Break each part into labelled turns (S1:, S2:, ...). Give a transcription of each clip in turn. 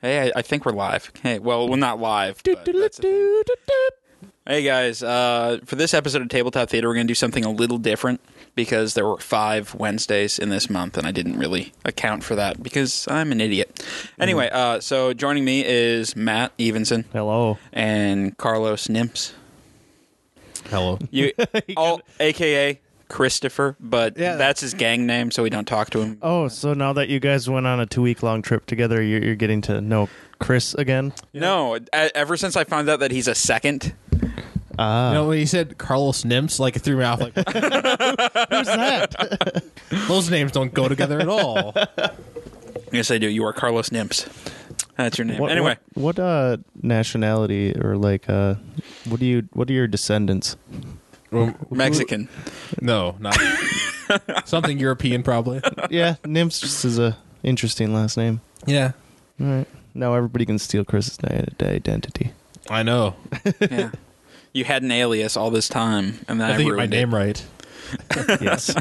S1: Hey, I, I think we're live. Hey, well, we're not live. but that's the thing. Hey guys, uh, for this episode of Tabletop Theater, we're going to do something a little different because there were five Wednesdays in this month, and I didn't really account for that because I'm an idiot.
S2: Mm-hmm.
S1: Anyway, uh, so joining me is Matt Evenson
S2: Hello.
S1: and Carlos Nimps,
S3: Hello.
S1: you, all, aka Christopher, but
S2: Yeah.
S1: that's his gang name, so we don't talk to him.
S2: Oh, so now that you guys went on a two week long trip together, you're, you're getting to know Chris again?
S1: No, e- ever since I found out that he's a second,
S2: Ah.
S3: You know, when he said Carlos Nimps, like it threw me off. Like,
S2: Who's that?
S3: those names don't go together at all.
S1: yes, I do. You are Carlos Nimps. That's your name.
S2: What-
S1: anyway.
S2: What, what, uh, nationality or like, uh, what do you, what are your descendants?
S1: Mexican.
S3: No, not something European, probably.
S2: yeah, Nymphs just is a interesting last name.
S3: Yeah,
S2: All right. Now everybody can steal Chris's i- identity.
S3: I know.
S1: yeah. You had an alias all this time, and then
S3: I
S1: I,
S3: think
S1: ruined
S3: my name
S1: it.
S3: right.
S2: yes.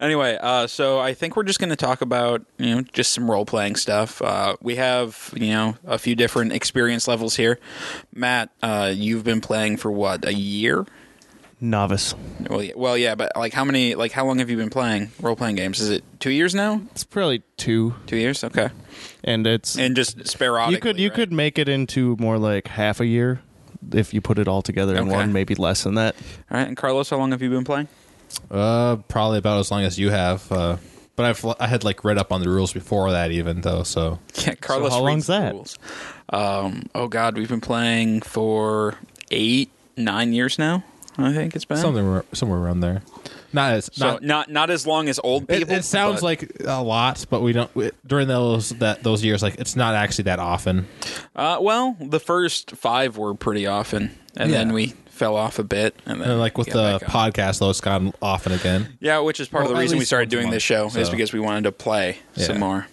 S1: Anyway, uh, so I think we're just going to talk about you know just some role playing stuff. Uh, we have you know a few different experience levels here. Matt, uh, you've been playing for what a year?
S2: Novice.
S1: Well, yeah, well, yeah, but like how many? Like how long have you been playing role playing games? Is it two years now?
S2: It's probably two,
S1: Two years? Okay,
S2: and it's
S1: and just sporadically.
S2: you could you
S1: right?
S2: could make it into more like half a year if you put it all together in
S1: Okay.
S2: one, maybe less than that.
S1: All right, and Carlos, how long have you been playing?
S3: Uh, probably about as long as you have. Uh, but I've I had like read up on the rules before that, even though. So
S1: Yeah, Carlos.
S2: how
S1: reads
S2: long's
S1: the
S2: that?
S1: rules. Um, oh God, we've been playing for eight, nine years now. I think it's been
S3: something ar- somewhere around there. Not as
S1: So
S3: not.
S1: not, not as long as old
S3: it,
S1: people.
S3: it sounds
S1: but-
S3: like a lot, but we don't. It, during those that those years, like it's not actually that often.
S1: Uh, well, the first five were pretty often, and
S3: Yeah.
S1: then we fell off a bit, and then
S3: And like with
S1: we
S3: the
S1: got back on.
S3: podcast, though, it's gone often again.
S1: Yeah, which is part of
S3: Well,
S1: the
S3: at
S1: reason we
S3: least
S1: started
S3: once a
S1: doing
S3: month,
S1: this show is
S3: so.
S1: because we wanted to play some
S3: Yeah.
S1: more.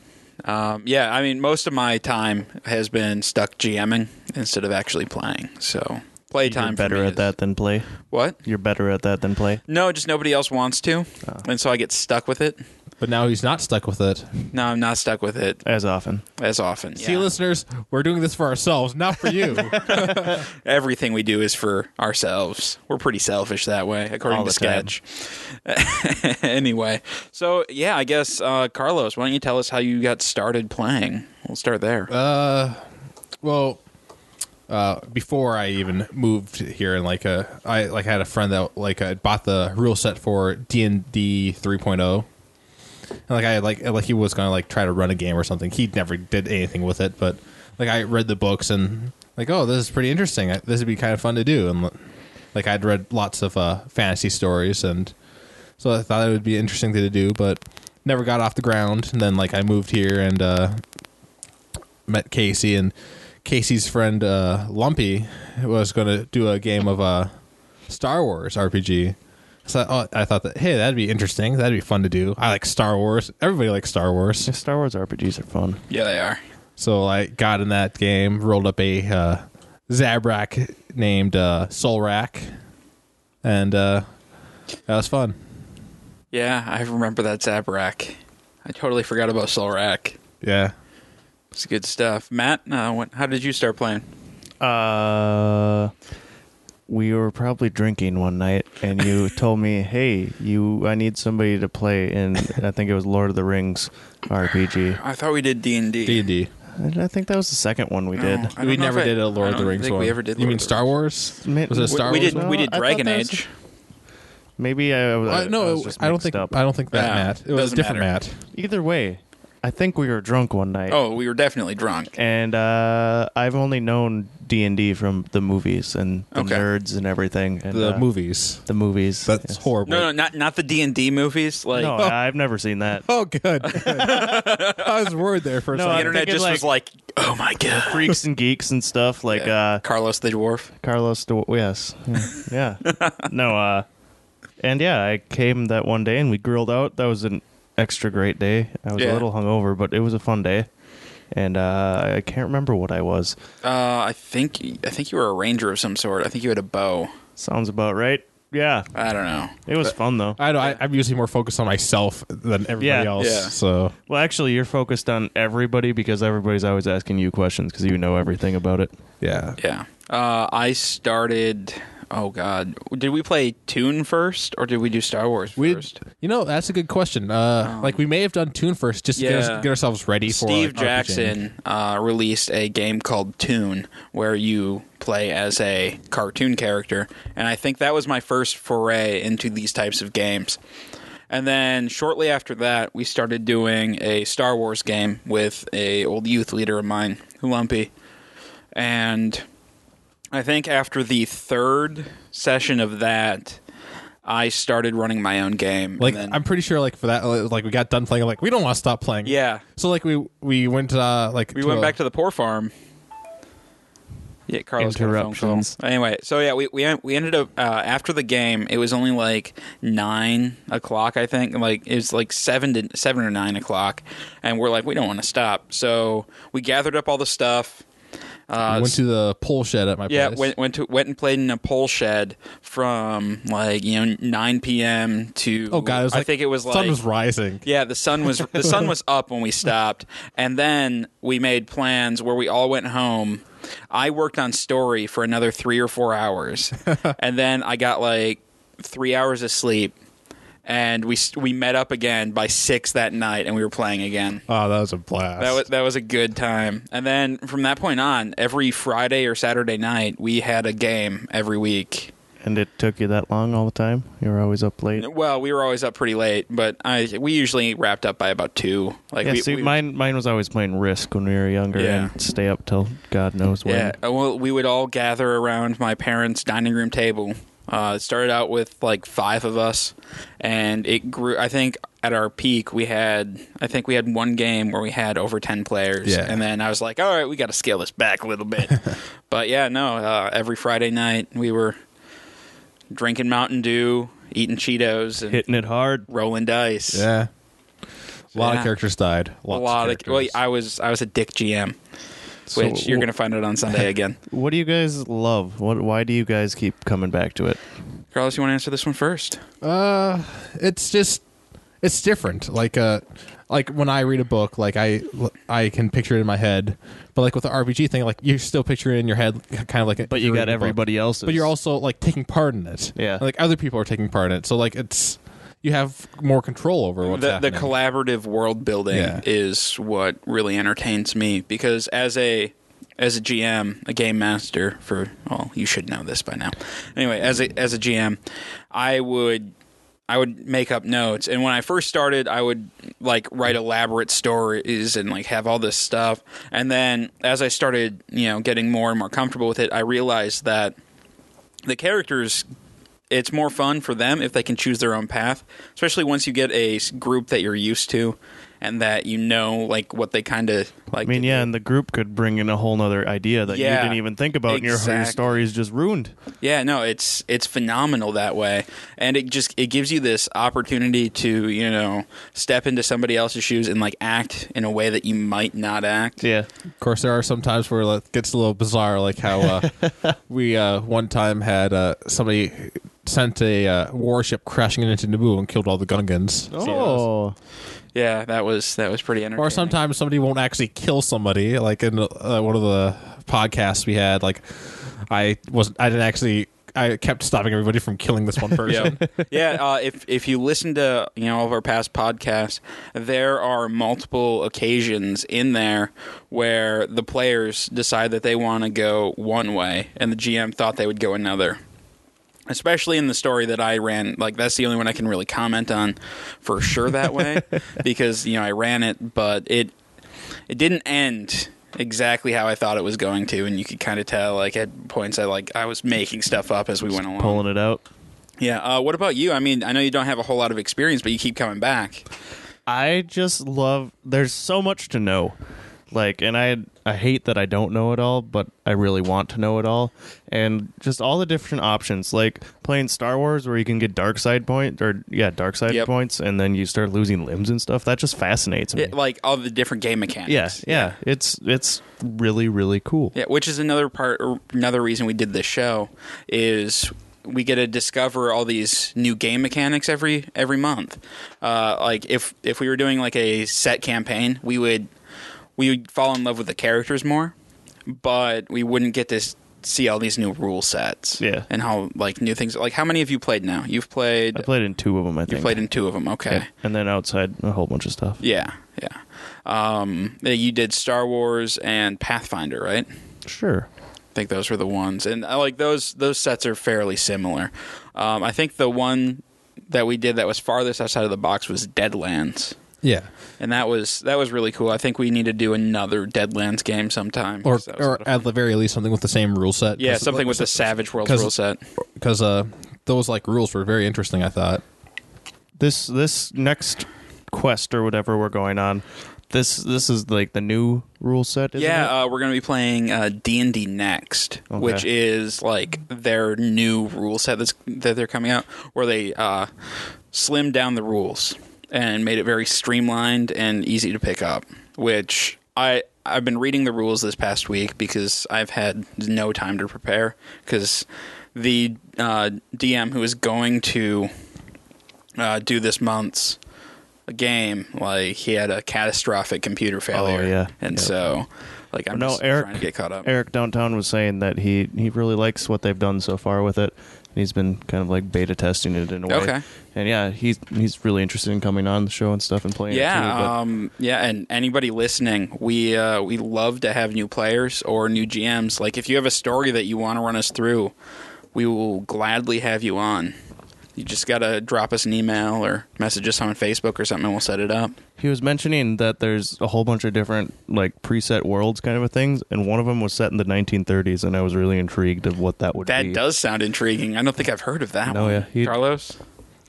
S1: Um, yeah, I mean, most of my time has been stuck GMing instead of actually playing. So play time
S2: You're
S1: for
S2: better
S1: me
S2: at
S1: is-
S2: that than play.
S1: What?
S2: You're better at that than play.
S1: No, just nobody else wants to,
S3: Oh.
S1: and so I get stuck with it.
S3: But now he's not stuck with it.
S1: No, I'm not stuck with it
S2: As often.
S1: as often.
S3: See,
S1: yeah.
S3: listeners, we're doing this for ourselves, not for you.
S1: Everything we do is for ourselves. We're pretty selfish that way, according
S2: All
S1: to
S2: the time.
S1: Sketch. anyway, so yeah, I guess uh, Carlos, why don't you tell us how you got started playing? We'll start there.
S3: Uh. well, uh, before I even moved here, and like uh, I like had a friend that like uh, bought the rule set for D and D 3.0. And like I like like he was gonna like try to run a game or something. He never did anything with it, but like I read the books and like oh this is pretty interesting. I, this would be kind of fun to do. And like I'd read lots of uh, fantasy stories and so I thought it would be an interesting thing to do, but never got off the ground. And then like I moved here and uh, met Casey and Casey's friend uh, Lumpy was going to do a game of uh, Star Wars RPG. So oh, I thought that hey, that'd be interesting. That'd be fun to do. I like Star Wars. Everybody likes Star Wars.
S2: Yeah, Star Wars RPGs are fun.
S1: yeah, they are.
S3: So I got in that game, rolled up a uh, Zabrak named uh, Solrak, and uh, that was fun.
S1: Yeah, I remember that Zabrak. I totally forgot about Solrak.
S3: Yeah.
S1: It's good stuff. Matt, uh, what, how did you start playing?
S2: Uh we were probably drinking one night and you told me, "Hey, you I need somebody to play in I think it was Lord of the Rings RPG."
S1: I thought we did D and
S3: D
S1: D.
S3: and D.
S2: And I think that was the second one we did.
S1: I don't
S3: We
S1: know
S3: never
S1: if I-
S3: did a
S1: I
S3: Lord of the
S1: don't
S3: Rings
S1: think
S3: one.
S1: We ever did
S3: you
S1: Lord
S3: mean
S1: of the
S3: Star
S1: Rings.
S3: Wars?
S2: Ma-
S3: Was it a
S2: We-
S3: Star
S1: we
S3: Wars?
S1: did
S2: one?
S1: we
S2: No,
S1: did
S2: I thought
S1: Dragon
S2: that was-
S1: Age.
S2: Maybe I, was-
S3: Uh,
S2: I
S3: no,
S2: was
S3: it-
S2: just
S3: I don't
S2: mixed
S3: think
S2: up.
S3: I don't think that
S1: Yeah,
S3: Matt. It was
S1: doesn't
S3: a different
S1: matter.
S3: Matt.
S2: Either way, I think we were drunk one night.
S1: Oh, we were definitely drunk.
S2: and uh, I've only known D and D from the movies and the
S1: Okay.
S2: nerds and everything. And,
S3: The
S2: uh,
S3: movies.
S2: the movies.
S3: That's
S2: yes.
S3: horrible.
S1: No, no, not not the D and D movies. Like
S2: No, I- I've never seen that.
S3: Oh, good. I was worried there for a
S2: No,
S1: the
S2: I'm
S3: second.
S1: internet
S2: thinking,
S1: just was like, oh my god,
S2: Freaks and geeks and stuff like uh,
S1: Carlos the dwarf.
S2: Carlos. De- yes, yeah. no, uh, and yeah, I came that one day and we grilled out. That was an extra great day. I was
S1: Yeah.
S2: a little hungover, but it was a fun day. And uh, I can't remember what I was.
S1: Uh, I think I think you were a ranger of some sort. I think you had a bow.
S2: Sounds about right. Yeah,
S1: I don't know.
S2: it was fun though.
S3: I don't. I, I'm usually more focused on myself than everybody
S2: Yeah.
S3: else.
S1: Yeah.
S3: So
S2: Well, actually, you're focused on everybody because everybody's always asking you questions because you know everything about it.
S3: yeah,
S1: Yeah. Uh, I started. Oh God, did we play Tune first, or did we do Star Wars
S3: we.
S1: first?
S3: You know, that's a good question. Uh, like we may have done Tune first, just to get,
S1: Yeah.
S3: us, get ourselves ready for
S1: Steve
S3: like, RPG.
S1: Jackson uh, released a game called Toon, where you play as a cartoon character, and I think that was my first foray into these types of games. And then shortly after that, we started doing a Star Wars game with a old youth leader of mine, Lumpy, and I think after the third session of that, I started running my own game. and
S3: Like
S1: then-
S3: I'm pretty sure, like for that, like we got done playing. I'm like, we don't want to stop playing.
S1: yeah,
S3: So like we we went uh like
S1: We went back to the poor farm. Yeah, Carlos got a phone call.
S2: Interruptions.
S1: Anyway, so yeah, we we, we ended up uh, after the game. It was only like nine o'clock, I think. Like it was like seven to seven or nine o'clock, and we're like, we don't want to stop. So we gathered up all the stuff.
S3: we
S1: Uh,
S3: went to the pole shed at my
S1: yeah,
S3: place.
S1: went went to went and played in a pole shed from like you know nine p.m. to
S3: oh god, it was
S1: I
S3: like-
S1: think it was like
S3: sun was rising.
S1: yeah, the sun was the sun was up when we stopped, and then we made plans where we all went home. I worked on story for another three or four hours, and then I got like three hours of sleep. And we s- we met up again by six that night, and we were playing again.
S3: Oh, that was a blast.
S1: That was that was a good time. And then from that point on, every Friday or Saturday night, we had a game every week.
S2: And it took you that long all the time? You were always up late?
S1: Well, we were always up pretty late, but I we usually wrapped up by about two. Like
S2: yeah,
S1: we,
S2: see,
S1: we-
S2: mine, mine was always playing Risk when we were younger
S1: Yeah.
S2: and stay up till God knows when.
S1: Yeah, uh, well, we would all gather around my parents' dining room table. Uh, it started out with like five of us, and it grew. I think at our peak, we had I think we had one game where we had over ten players,
S3: Yeah.
S1: and then I was like, "All right, we got to scale this back a little bit." but yeah, no. Uh, every Friday night, we were drinking Mountain Dew, eating Cheetos, and
S2: Hitting it hard.
S1: rolling dice.
S3: yeah. A lot
S1: Yeah.
S3: of characters died.
S1: a
S3: Lots
S1: lot of. Well,
S3: characters.
S1: I was I was a dick GM,
S2: So
S1: which you're
S2: wh-
S1: gonna find out on Sunday again.
S2: What do you guys love? What? Why do you guys keep coming back to it?
S1: Carlos, you want to answer this one first?
S3: Uh, it's just it's different. Like uh, like when I read a book, like I I can picture it in my head, but like with the RPG thing, like you're still picturing it in your head, kind of like.
S2: But you
S3: you're
S2: got
S3: reading a book.
S2: everybody else's.
S3: But you're also like taking part in it.
S2: Yeah.
S3: Like other people are taking part in it, so like it's you have more control over what's
S1: the, the
S3: happening.
S1: collaborative world building
S3: Yeah.
S1: is what really entertains me because as a as a GM, a game master for well, you should know this by now. Anyway, as a as a GM, I would I would make up notes and when I first started, I would like write elaborate stories and like have all this stuff. And then as I started, you know, getting more and more comfortable with it, I realized that the characters it's more fun for them if they can choose their own path especially once you get a s- group that you're used to and that you know like what they kind of like
S2: I mean,
S1: to
S2: yeah,
S1: do.
S2: and the group could bring in a whole nother idea that
S1: Yeah,
S2: you didn't even think about, and your, your
S1: exactly.
S2: story is just ruined.
S1: yeah no it's it's phenomenal that way and it just it gives you this opportunity to you know step into somebody else's shoes and like act in a way that you might not act
S2: Yeah,
S3: Of course, there are some times where it gets a little bizarre, like how uh, we uh, one time had uh, somebody sent a uh, warship crashing into Naboo and killed all the Gungans.
S2: Oh,
S1: yeah that was that was pretty entertaining
S3: Or sometimes somebody won't actually kill somebody. Like in uh, one of the podcasts we had, like I wasn't, I didn't actually. I kept stopping everybody from killing this one
S1: yeah,
S3: person.
S1: yeah. Uh, if if you listen to you know all of our past podcasts, there are multiple occasions in there where the players decide that they want to go one way, and the GM thought they would go another. Especially in the story that I ran, like that's the only one I can really comment on for sure that way, because you know I ran it, but it it didn't end exactly how I thought it was going to, and you could kind of tell like at points I like I was making stuff up as we went along.
S2: pulling it out.
S1: Yeah. Uh, what about you? I mean, I know you don't have a whole lot of experience, but you keep coming back.
S2: I just love. There's so much to know, like, and I I hate that I don't know it all, but I really want to know it all, and just all the different options, like playing Star Wars, where you can get dark side point or yeah, dark side
S1: Yep.
S2: points, and then you start losing limbs and stuff. That just fascinates me.
S1: It- like all the different game mechanics.
S2: yeah, yeah, it's it's really really cool.
S1: Yeah, which is another part, or another reason we did this show is we get to discover all these new game mechanics every every month. Uh, like if if we were doing like a set campaign, we would we would fall in love with the characters more, but we wouldn't get to s- see all these new rule sets.
S2: Yeah.
S1: and how like new things. Like how many have you played now? You've played.
S2: I played in two of them. I think.
S1: Played in two of them. Okay.
S2: and then outside a whole bunch of stuff.
S1: Yeah, yeah. Um, yeah, you did Star Wars and Pathfinder, right?
S2: Sure.
S1: I think those were the ones, and I like those. Those sets are fairly similar. Um, I think the one that we did that was farthest outside of the box was Deadlands,
S3: Yeah.
S1: and that was that was really cool. I think we need to do another Deadlands game sometime.
S3: Or
S1: 'cause that was a lot
S3: or
S1: of-
S3: at the very least something with the same rule set.
S1: yeah, something with the Savage Worlds
S3: 'cause-
S1: rule set.
S3: because uh, those like rules were very interesting. I thought.
S2: This this next quest or whatever we're going on. This this is like the new rule set. Isn't It?
S1: Yeah, uh, we're going to be playing D and D next,
S2: Okay.
S1: which is like their new rule set that's, that they're coming out, where they uh, slimmed down the rules and made it very streamlined and easy to pick up. Which I I've been reading the rules this past week because I've had no time to prepare because the uh, DM who is going to uh, do this month's game like he had a catastrophic computer failure
S2: Oh, yeah.
S1: and
S2: Yeah.
S1: so like i'm
S2: No,
S1: just
S2: Eric-
S1: trying to get caught up
S2: Eric Downtown was saying that he he really likes what they've done so far with it. And He's been kind of like beta testing it in a way.
S1: Okay.
S2: And yeah, he's he's really interested in coming on the show and stuff and playing. it too,
S1: yeah
S2: but-
S1: um yeah and anybody listening we uh we love to have new players or new gms like if you have a story that you want to run us through we will gladly have you on you just gotta drop us an email or message us on facebook or something and we'll set it up
S2: He was mentioning that there's a whole bunch of different like preset worlds kind of a things, and one of them was set in the 1930s, and I was really intrigued of what that would
S1: that
S2: be.
S1: does sound intriguing i don't think i've heard of that
S2: No,
S1: one.
S2: yeah, he-
S1: carlos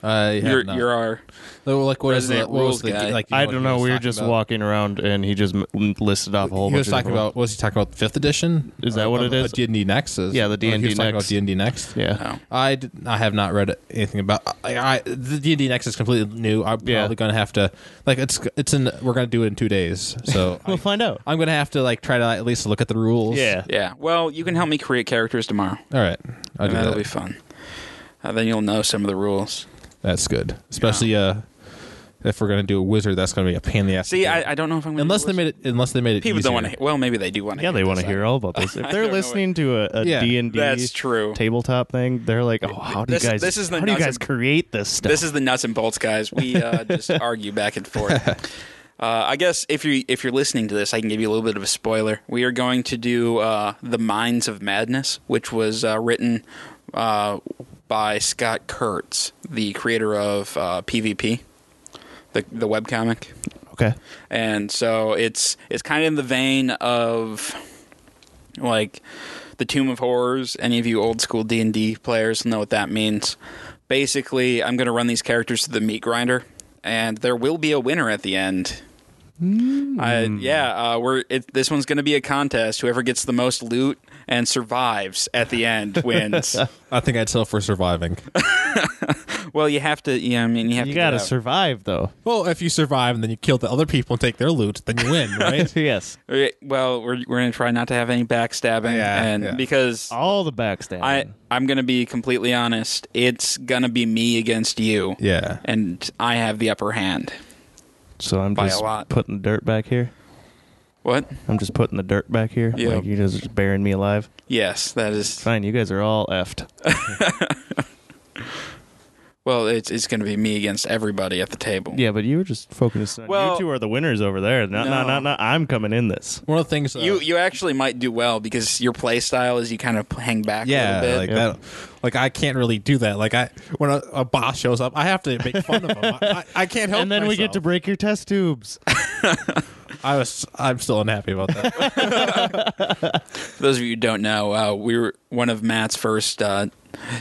S3: I have
S1: you're,
S3: not.
S1: you're our
S3: Though, like what is the
S1: resident
S3: what
S1: rules
S3: was the
S1: guy.
S3: like?
S2: I
S3: what
S2: don't
S3: he
S2: know.
S3: was
S2: We were
S3: talking
S2: just
S3: about?
S2: walking around, and he just m- listed off a whole
S3: He
S2: bunch.
S3: was
S2: of
S3: talking
S2: different-
S3: about. What was he talking about? Fifth edition? Uh,
S2: Is that what it is?
S3: D and D Next is.
S2: Yeah, the
S3: Oh, he was
S2: D&D
S3: talking about
S2: Next.
S3: D and D Next.
S2: Yeah,
S1: oh.
S3: I, did, I have not read anything about I, I the D and D Next is completely new. I'm
S2: Yeah.
S3: probably gonna have to like it's it's in we're gonna do it in two days, so
S2: we'll find out.
S3: I, am gonna have to like try to at least look at the rules.
S2: Yeah,
S1: yeah well you can help me create characters tomorrow
S3: all right, I'll
S1: And
S3: do
S1: that'll
S3: that.
S1: be fun. Uh, then you'll know some of the rules.
S3: That's good, especially uh, if we're gonna do a wizard, that's gonna be a pain in the ass.
S1: See, I, I don't know if I'm gonna
S3: unless they made it unless they made it
S1: people
S3: easier.
S1: don't want to. Well, maybe they do want to.
S2: yeah. They want to hear all about this. If
S1: I
S2: they're
S1: don't know
S2: listening to a, a
S3: Yeah,
S2: D&D
S1: that's true.
S2: tabletop thing, they're like, "Oh, how do
S1: This-
S2: you guys?
S1: this is the
S2: how do you
S1: nuts
S2: guys
S1: and-
S2: create this stuff?"
S1: This is the nuts and bolts, guys. We uh, just argue back and forth. Uh, I guess if you if you're listening to this, I can give you a little bit of a spoiler. We are going to do uh, the Minds of Madness, which was uh, written uh, by Scott Kurtz, the creator of uh, PvP, the the webcomic.
S2: okay.
S1: and so it's it's kind of in the vein of like the Tomb of Horrors. Any of you old school D and D players know what that means. Basically, I'm going to run these characters to the meat grinder, and there will be a winner at the end. I, yeah, uh, we're it, this one's going to be a contest. Whoever gets the most loot and survives at the end wins.
S3: I think I'd sell for surviving.
S1: well, you have to. Yeah, I mean, you have
S2: You
S1: to. get
S2: gotta
S1: out.
S2: survive though.
S3: well, if you survive and then you kill the other people and take their loot, then you win, right?
S2: yes,
S1: Okay, Well, we're we're going to try not to have any backstabbing,
S3: Yeah,
S1: and
S3: yeah.
S1: because
S2: all the backstabbing.
S1: I I'm gonna be completely honest. It's gonna be me against you.
S3: yeah.
S1: And I have the upper hand.
S2: So I'm
S1: By a
S2: just
S1: lot.
S2: putting the dirt back here.
S1: What?
S2: I'm just putting the dirt back here.
S1: Yeah.
S2: Like you guys are just burying me alive.
S1: Yes, that is.
S2: Fine, you guys are all effed.
S1: Well, it's it's gonna be me against everybody at the table.
S2: Yeah, but you were just focusing on
S1: Well-
S2: you two are the winners over there. No, no,
S1: No.
S2: no, no. I'm coming in this.
S3: One of the things uh,
S1: You you actually might do well because your play style is you kind of hang back
S3: yeah,
S1: a little bit.
S3: like
S2: Yep.
S3: that. Like I can't really do that. Like I, when a, a boss shows up, I have to make fun of him. I, I, I can't help.
S2: And then we get to
S3: myself.
S2: break your test tubes.
S3: I was. I'm still unhappy about that.
S1: For those of you who don't know, uh, we were one of Matt's first uh,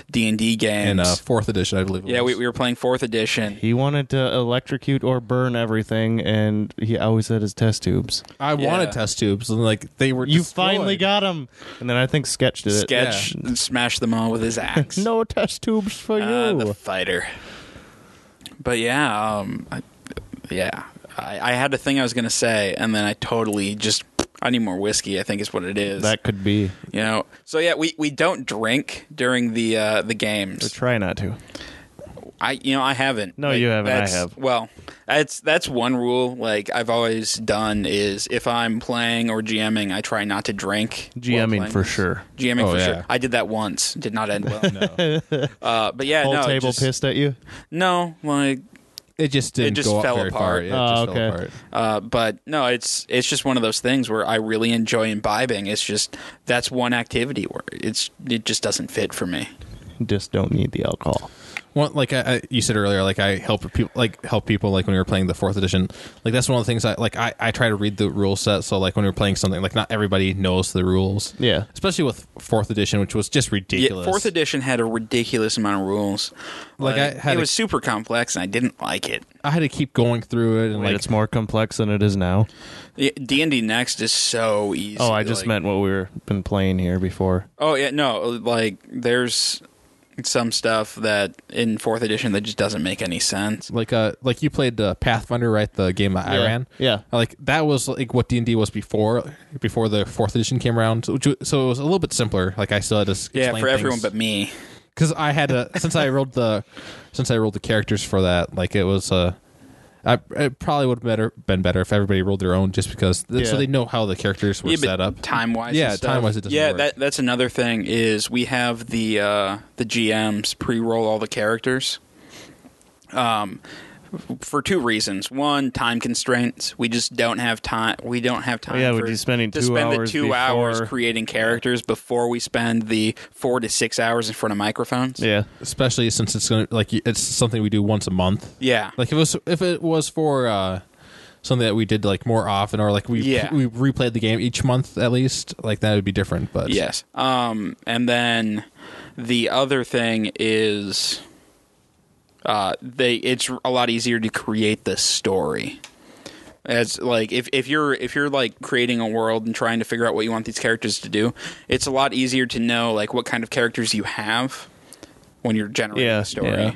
S1: D and D games.
S3: In uh, fourth edition, I believe. It
S1: yeah,
S3: was.
S1: we, we were playing fourth edition.
S2: he wanted to electrocute or burn everything, and he always had his test tubes.
S3: I
S1: Yeah.
S3: wanted test tubes, and like they were.
S2: You
S3: destroyed.
S2: finally got him. And then I think Sketch did it.
S1: Sketch smashed them all with his axe.
S2: uh, No test tubes for
S1: Uh,
S2: you.
S1: the fighter. But yeah, um, I, yeah, I, I had a thing I was gonna say, and then I totally just I need more whiskey. I think is what it is.
S2: That could be.
S1: you know. So yeah, we, we don't drink during the uh, the games.
S2: Try not to.
S1: I you know I haven't.
S2: No, you haven't. I
S1: that's-
S2: have.
S1: Well, that's that's one rule. Like I've always done is if I'm playing or GMing, I try not to drink. while
S2: GMing
S1: playing.
S2: for sure.
S1: GMing
S3: Oh,
S1: for
S3: yeah.
S1: sure. I did that once. Did not end well. uh, but yeah,
S2: Whole
S1: no,
S2: table
S1: just-
S2: pissed at you.
S1: No, like.
S3: It just didn't
S1: just
S3: go up
S1: fell
S3: very far.
S1: apart.
S3: Yeah, it
S2: Oh,
S3: just
S2: okay.
S3: fell apart.
S1: Uh, but no, it's it's just one of those things where I really enjoy imbibing. It's just that's one activity where it's it just doesn't fit for me.
S2: Just don't need the alcohol. Well,
S3: like I, I, you said earlier, like I help people, like help people, like when we were playing the fourth edition, like that's one of the things I like. I, I try to read the rule set, so like when we were playing something, like not everybody knows the rules.
S2: Yeah.
S3: especially with fourth edition, which was just ridiculous.
S1: Yeah, fourth edition had a ridiculous amount of rules.
S3: Like, I had
S1: it
S3: a-
S1: was super complex, and I didn't like it.
S3: I had to keep going through it, and like
S2: it's more complex than it is now.
S1: D and D Next is so easy.
S2: Oh, I just
S1: like-
S2: meant what we were been playing here before.
S1: Oh yeah, no, like there's some stuff that in fourth edition that just doesn't make any sense.
S3: like uh like you played uh, Pathfinder, right? The game that I
S2: Yeah.
S3: ran.
S2: Yeah.
S3: Like that was like what D and D was before before the fourth edition came around. So, so it was a little bit simpler. Like I still had to s-
S1: Yeah,
S3: explain
S1: for everyone
S3: things.
S1: but me.
S3: because I had to since I rolled the since I rolled the characters for that. Like it was uh, I it probably would have better been better if everybody rolled their own, just because
S2: Yeah.
S3: so they know how the characters were
S1: yeah,
S3: set up.
S1: time wise.
S3: Yeah, time-wise it doesn't
S1: Yeah,
S3: work.
S1: that that's another thing is we have the uh, the GMs pre-roll all the characters. Um, for two reasons. One, time constraints. We just don't have time. We don't have time.
S2: Yeah, we'd
S1: for,
S2: be spending
S1: to
S2: two
S1: spend
S2: hours
S1: the two hours
S2: before-
S1: creating characters before we spend the four to six hours in front of microphones.
S2: Yeah.
S3: Especially since it's gonna like it's something we do once a month.
S1: yeah.
S3: Like if it was if it was for uh, something that we did like more often, or like we
S1: Yeah.
S3: we replayed the game each month at least, like that would be different. But
S1: Yes. Um, and then the other thing is, uh, they it's a lot easier to create the story. As like if, if you're if you're like creating a world and trying to figure out what you want these characters to do, it's a lot easier to know like what kind of characters you have when you're generating
S2: Yeah,
S1: the story.
S2: yeah.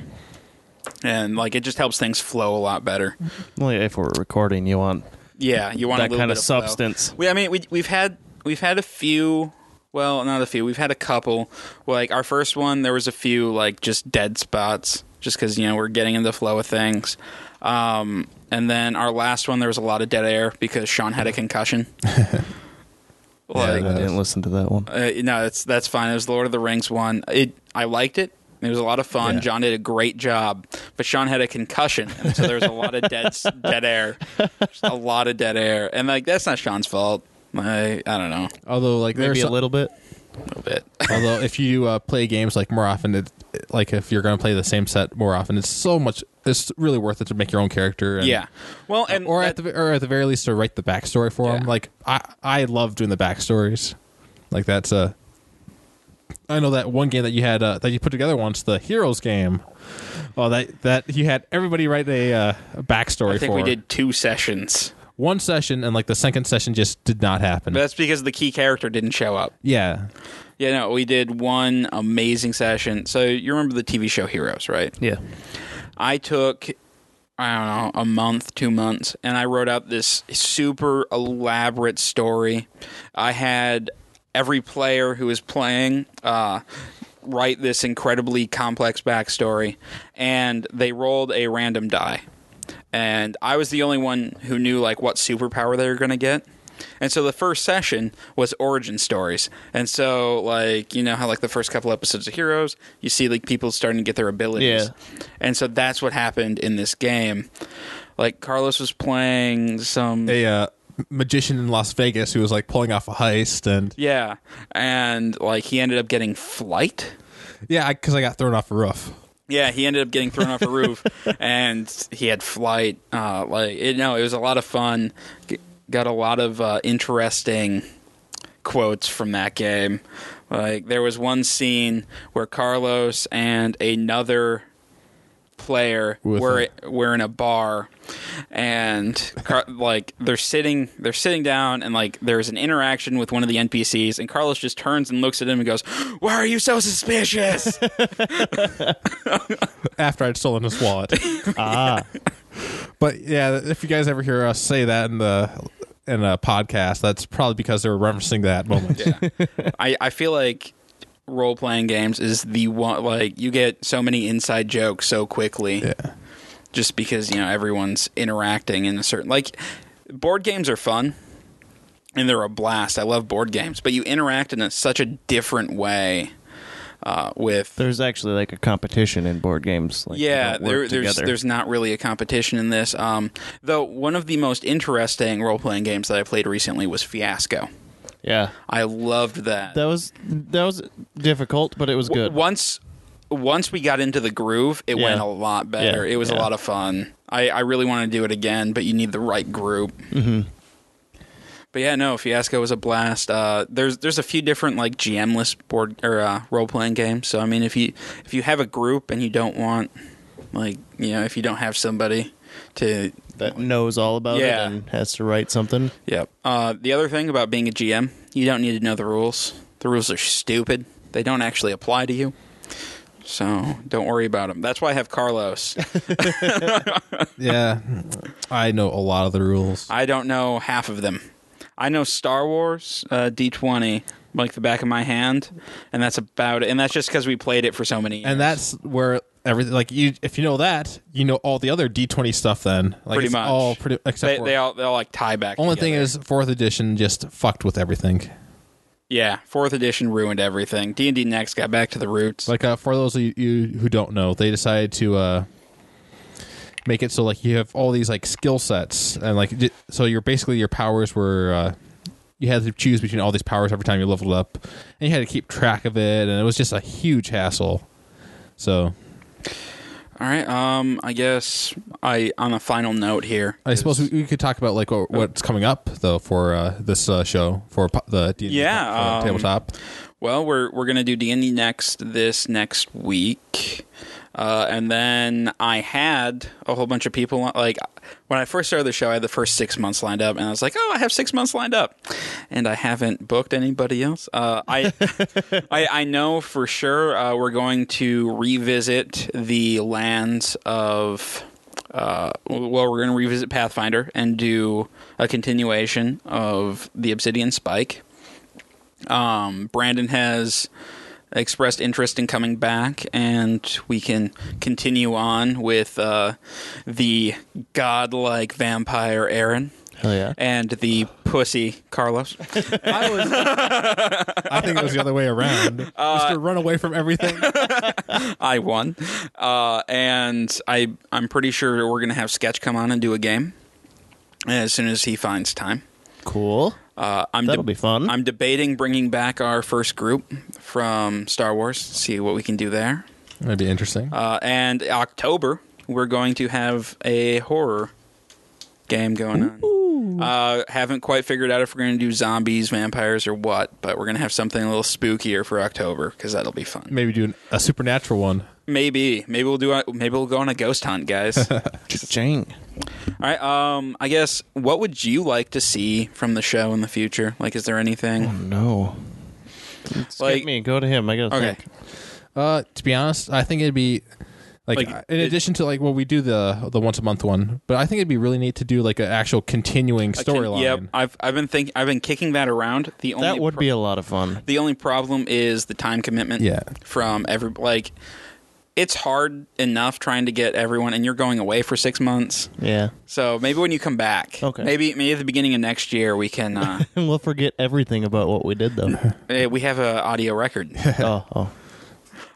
S1: And like it just helps things flow a lot better.
S2: Well, yeah, if we're recording, you want
S1: Yeah, you want a
S2: That
S1: little
S2: kind of
S1: bit flow.
S2: substance.
S1: We, I mean, we, we've had we've had a few. Well, not a few. We've had a couple. Like our first one, there was a few like just dead spots, just because you know we're getting in the flow of things. Um, and then our last one, there was a lot of dead air because Sean had a concussion. like,
S2: I didn't listen to that one.
S1: uh, no, that's that's fine. It was the Lord of the Rings one. It I liked it. It was a lot of fun.
S3: Yeah.
S1: John did a great job, but Sean had a concussion, and so there was a lot of dead dead air, Just a lot of dead air, and like that's not Sean's fault. I I don't know
S3: although like
S2: Maybe
S3: there's
S2: a little bit.
S1: a little bit.
S3: Although if you uh, play games like more often, it, like if you're going to play the same set more often, it's so much. It's really worth it to make your own character. And,
S1: yeah. Well, and
S3: Uh, or
S1: that-
S3: at the or at the very least to write the backstory for them.
S1: Yeah.
S3: Like I I love doing the backstories. Like that's a. I know that one game that you had uh, that you put together once, the Heroes game. Oh, that that you had everybody write a, uh, a backstory.
S1: I think
S3: for.
S1: we did two sessions.
S3: one session, and like the second session just did not happen.
S1: But that's because the key character didn't show up.
S3: yeah,
S1: Yeah, no, we did one amazing session. So you remember the TV show Heroes, right?
S2: Yeah.
S1: I took I don't know a month, two months, and I wrote out this super elaborate story. I had every player who was playing uh, write this incredibly complex backstory, and they rolled a random die, and I was the only one who knew like what superpower they were going to get. And so the first session was origin stories. And so like, you know how like the first couple episodes of Heroes, you see like people starting to get their abilities. And so that's what happened in this game. Like Carlos was playing some
S3: a uh, magician in Las Vegas who was like pulling off a heist and
S1: yeah, and like he ended up getting flight.
S3: Yeah, because I, got thrown off a roof.
S1: Yeah, he ended up getting thrown off a roof, and he had flight. Uh, like, it, no, it was a lot of fun. G- got a lot of uh, interesting quotes from that game. Like, there was one scene where Carlos and another player
S3: With
S1: were
S3: him.
S1: we're in a bar and Car- like they're sitting they're sitting down and like there's an interaction with one of the npcs and carlos just turns and looks at him and goes why are you so suspicious
S3: After I'd stolen his wallet. ah. But yeah, if you guys ever hear us say that in the in a podcast, that's probably because they were referencing that moment.
S1: I, I feel like role playing games is the one like you get so many inside jokes so quickly.
S3: Yeah.
S1: Just because, you know, everyone's interacting in a certain like board games are fun and they're a blast. I love board games, but you interact in a, such a different way uh, with
S2: There's actually like a competition in board games. Like,
S1: yeah,
S2: you don't work
S1: there, there's
S2: together.
S1: there's not really a competition in this. Um, though one of the most interesting role playing games that I played recently was Fiasco.
S2: yeah.
S1: I loved that.
S2: That was that was difficult, but it was
S1: W-
S2: good.
S1: Once once we got into the groove, it
S2: Yeah.
S1: went a lot better.
S2: Yeah,
S1: It was a
S2: yeah.
S1: lot of fun. I, I really want to do it again, but you need the right group. Mm-hmm. But yeah, no, Fiasco was a blast. Uh, there's there's a few different like GMless board or uh, role playing games. So I mean, if you if you have a group and you don't want like you know if you don't have somebody to
S2: that knows all about
S1: Yeah.
S2: it and has to write something.
S1: Yep. Uh, the other thing about being a GM, you don't need to know the rules. The rules are stupid. They don't actually apply to you. So don't worry about them. That's why I have Carlos.
S3: yeah. I know a lot of the rules.
S1: I don't know half of them. I know Star Wars uh, D20 like the back of my hand, and that's about it. And that's just because we played it for so many years.
S3: and that's where everything like you if you know that you know all the other d20 stuff then like
S1: Pretty
S3: it's
S1: much.
S3: all pretty except
S1: they,
S3: for
S1: they all they all like tie back.
S3: only
S1: together.
S3: thing is fourth edition just fucked with everything
S1: yeah, fourth edition ruined everything. D and D next got back to the roots.
S3: like uh, for those of you, you who don't know they decided to uh make it so like you have all these like skill sets and like j- so you're basically your powers were uh you had to choose between all these powers every time you leveled up and you had to keep track of it and it was just a huge hassle so
S1: all right. Um, I guess I on a final note here.
S3: I suppose we, we could talk about like
S1: Uh,
S3: what, what's coming up though for uh, this uh, show for po- the D&D
S1: Yeah,
S3: po- for
S1: um,
S3: tabletop.
S1: Well, we're we're gonna do D and D next this next week, uh, and then I had a whole bunch of people on- like when I first started the show. I had the first six months lined up, and I was like, "Oh, I have six months lined up," and I haven't booked anybody else. Uh, I, I I know for sure uh, we're going to revisit the lands of. Uh, well, we're going to revisit Pathfinder and do a continuation of the Obsidian Spike. Um, Brandon has expressed interest in coming back, and we can continue on with uh, the godlike vampire Aaron
S2: Hell yeah.
S1: and the pussy Carlos.
S3: I, was, I think it was the other way around.
S1: Uh,
S3: Just to run away from everything.
S1: I won, uh, and I I'm pretty sure we're gonna have Sketch come on and do a game as soon as he finds time.
S2: Cool.
S1: Uh, I'm
S2: That'll be fun.
S1: I'm debating bringing back our first group from Star Wars. See what we can do there.
S3: That'd be interesting.
S1: Uh, and October, we're going to have a horror game going on. Uh, haven't quite figured out if we're going to do zombies, vampires, or what, but we're going to have something a little spookier for October because that'll be fun.
S3: Maybe do an, a supernatural one.
S1: Maybe, maybe we'll do. A, maybe we'll go on a ghost hunt, guys. All
S2: Ching.
S1: right. Um, I guess what would you like to see from the show in the future? Like, is there anything?
S2: No. Skip
S1: Like-
S2: me. Go to him. I gotta
S1: Okay.
S2: think.
S3: Uh, to be honest, I think it'd be like,
S1: Like,
S3: in
S1: it-
S3: addition to like well, we do the the once a month one, but I think it'd be really neat to do like an actual continuing
S1: I can-
S3: storyline.
S1: Yep. I've I've been think I've been kicking that around. The only
S2: That would
S1: pro-
S2: be a lot of fun.
S1: The only problem is the time commitment.
S3: Yeah.
S1: From every like, it's hard enough trying to get everyone, and you're going away for six months.
S2: Yeah.
S1: So maybe when you come back,
S2: Okay.
S1: maybe maybe at the beginning of next year we can uh,
S2: And we'll forget everything about what we did though.
S1: eh, we have a audio record.
S2: oh, oh.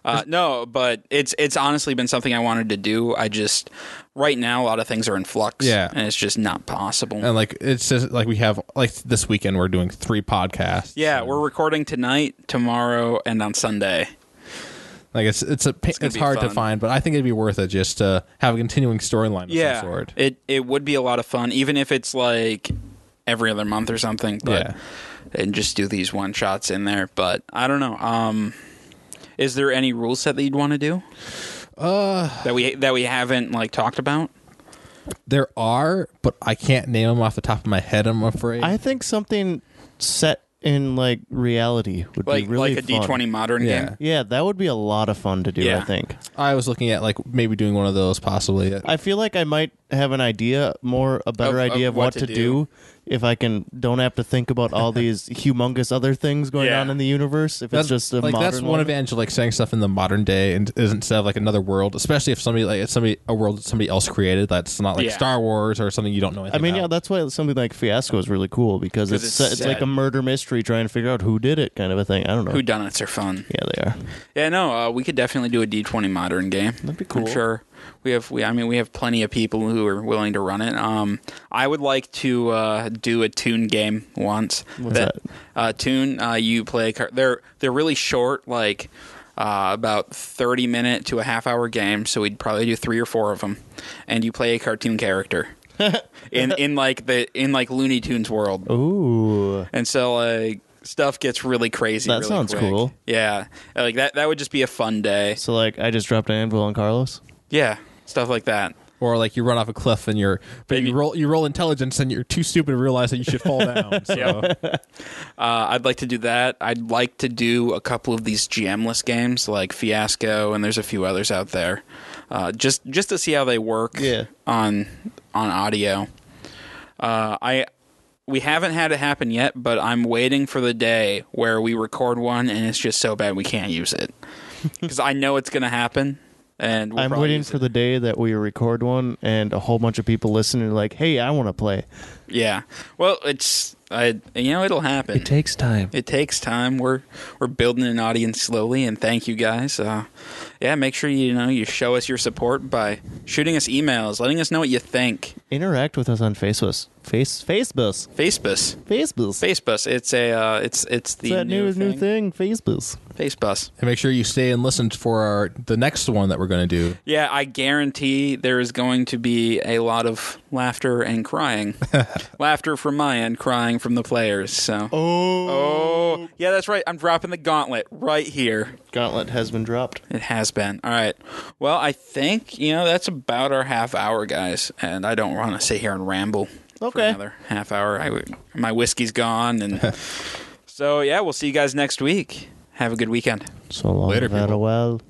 S1: Uh, no, but it's it's honestly been something I wanted to do. I just right now a lot of things are in flux.
S3: Yeah. Um,
S1: and it's just not possible.
S3: And like it's just like we have like this weekend we're doing three podcasts.
S1: yeah, we're recording tonight, tomorrow, and on Sunday.
S3: Like it's it's a it's,
S1: gonna
S3: it's
S1: be
S3: hard to
S1: fun.
S3: find, but I think it'd be worth it just to have a continuing storyline of
S1: yeah,
S3: some sort.
S1: It it would be a lot of fun, even if it's like every other month or something. But
S3: Yeah.
S1: and just do these one shots in there. But I don't know. Um is there any rule set that you'd want to do? Uh that we that we haven't like talked about?
S3: There are, but I can't name them off the top of my head. I'm afraid.
S2: I think something set in like reality would
S1: Like
S2: be really
S1: like a
S2: fun.
S1: twenty modern
S3: Yeah.
S1: game?
S2: Yeah, that would be a lot of fun to do.
S1: Yeah.
S2: I think.
S3: I was looking at like maybe doing one of those possibly.
S2: I feel like I might have an idea, more a better
S1: Of- of
S2: idea of, what, to do. if I can don't have to think about all these humongous other things going
S1: Yeah.
S2: on in the universe. If it's just a
S3: like
S2: modern
S3: that's one
S2: one.
S3: advantage of like saying stuff in the modern day and is instead of like another world, especially if somebody like it's somebody a world that somebody else created that's not like
S1: Yeah.
S3: Star Wars or something you don't know.
S2: I
S3: Anything
S2: mean, yeah,
S3: about.
S2: that's why something like Fiasco is really cool because
S1: 'Cause
S2: it's
S1: it's
S2: it's, like
S1: sad.
S2: a murder mystery trying to figure out who did it kind of a thing. I don't know.
S1: Who done it's are fun.
S2: yeah, they are.
S1: Yeah, no, uh, we could definitely do a D twenty modern game. That'd
S2: be cool.
S1: I'm sure we have. We, I mean, we have plenty of people who are willing to run it. Um, I would like to uh, do a tune game once. What's
S2: that?
S1: Uh, tune. Uh, you play. a car- They're they're really short, like uh, about thirty minute to a half hour game. So we'd probably do three or four of them, and you play a cartoon character. in in like the in like Looney Tunes world.
S2: Ooh,
S1: And so like stuff gets really crazy.
S2: That
S1: really
S2: sounds
S1: quick.
S2: cool.
S1: Yeah, like that. That would just be a fun day.
S2: so like I just dropped an anvil on Carlos.
S1: Yeah, stuff like that.
S3: or like you run off a cliff and you're but
S1: Maybe-
S3: you roll you roll intelligence and you're too stupid to realize that you should fall down. So
S1: Uh, I'd like to do that. I'd like to do a couple of these GMless games like Fiasco, and there's a few others out there. Uh, just just to see how they work.
S2: Yeah.
S1: On on audio. Uh, I we haven't had it happen yet, but I'm waiting for the day where we record one and it's just so bad we can't use it because I know it's going to happen. And we'll
S2: I'm
S1: probably
S2: waiting
S1: use
S2: for
S1: it.
S2: the day that we record one and a whole bunch of people listen and are like, hey, I want to play.
S1: Yeah. Well, it's I you know it'll happen. It,
S2: takes time.
S1: takes time. We're we're building an audience slowly, and thank you guys. Uh, yeah, make sure you know you show us your support by shooting us emails, letting us know what you think.
S2: Interact with us on Facebook. Face Facebook.
S1: Facebus,
S2: Facebook.
S1: Facebus. It's a uh, it's it's the
S2: It's that
S1: new
S2: new new thing. Facebook.
S1: Facebus.
S3: and make sure you stay and listen for our, the next one that we're going to do.
S1: Yeah, I guarantee there is going to be a lot of laughter and crying. laughter from my end, crying from the players. So. Oh. Yeah, that's right. I'm dropping the gauntlet right here.
S2: Gauntlet has been dropped.
S1: It has been. All right. Well, I think, you know, that's about our half hour, guys. And I don't want to sit here and ramble for
S2: Okay.
S1: another half hour. I w- my whiskey's gone. And so, yeah, we'll see you guys next week. Have a good weekend.
S2: So long, Later,
S3: Later, people.
S2: farewell.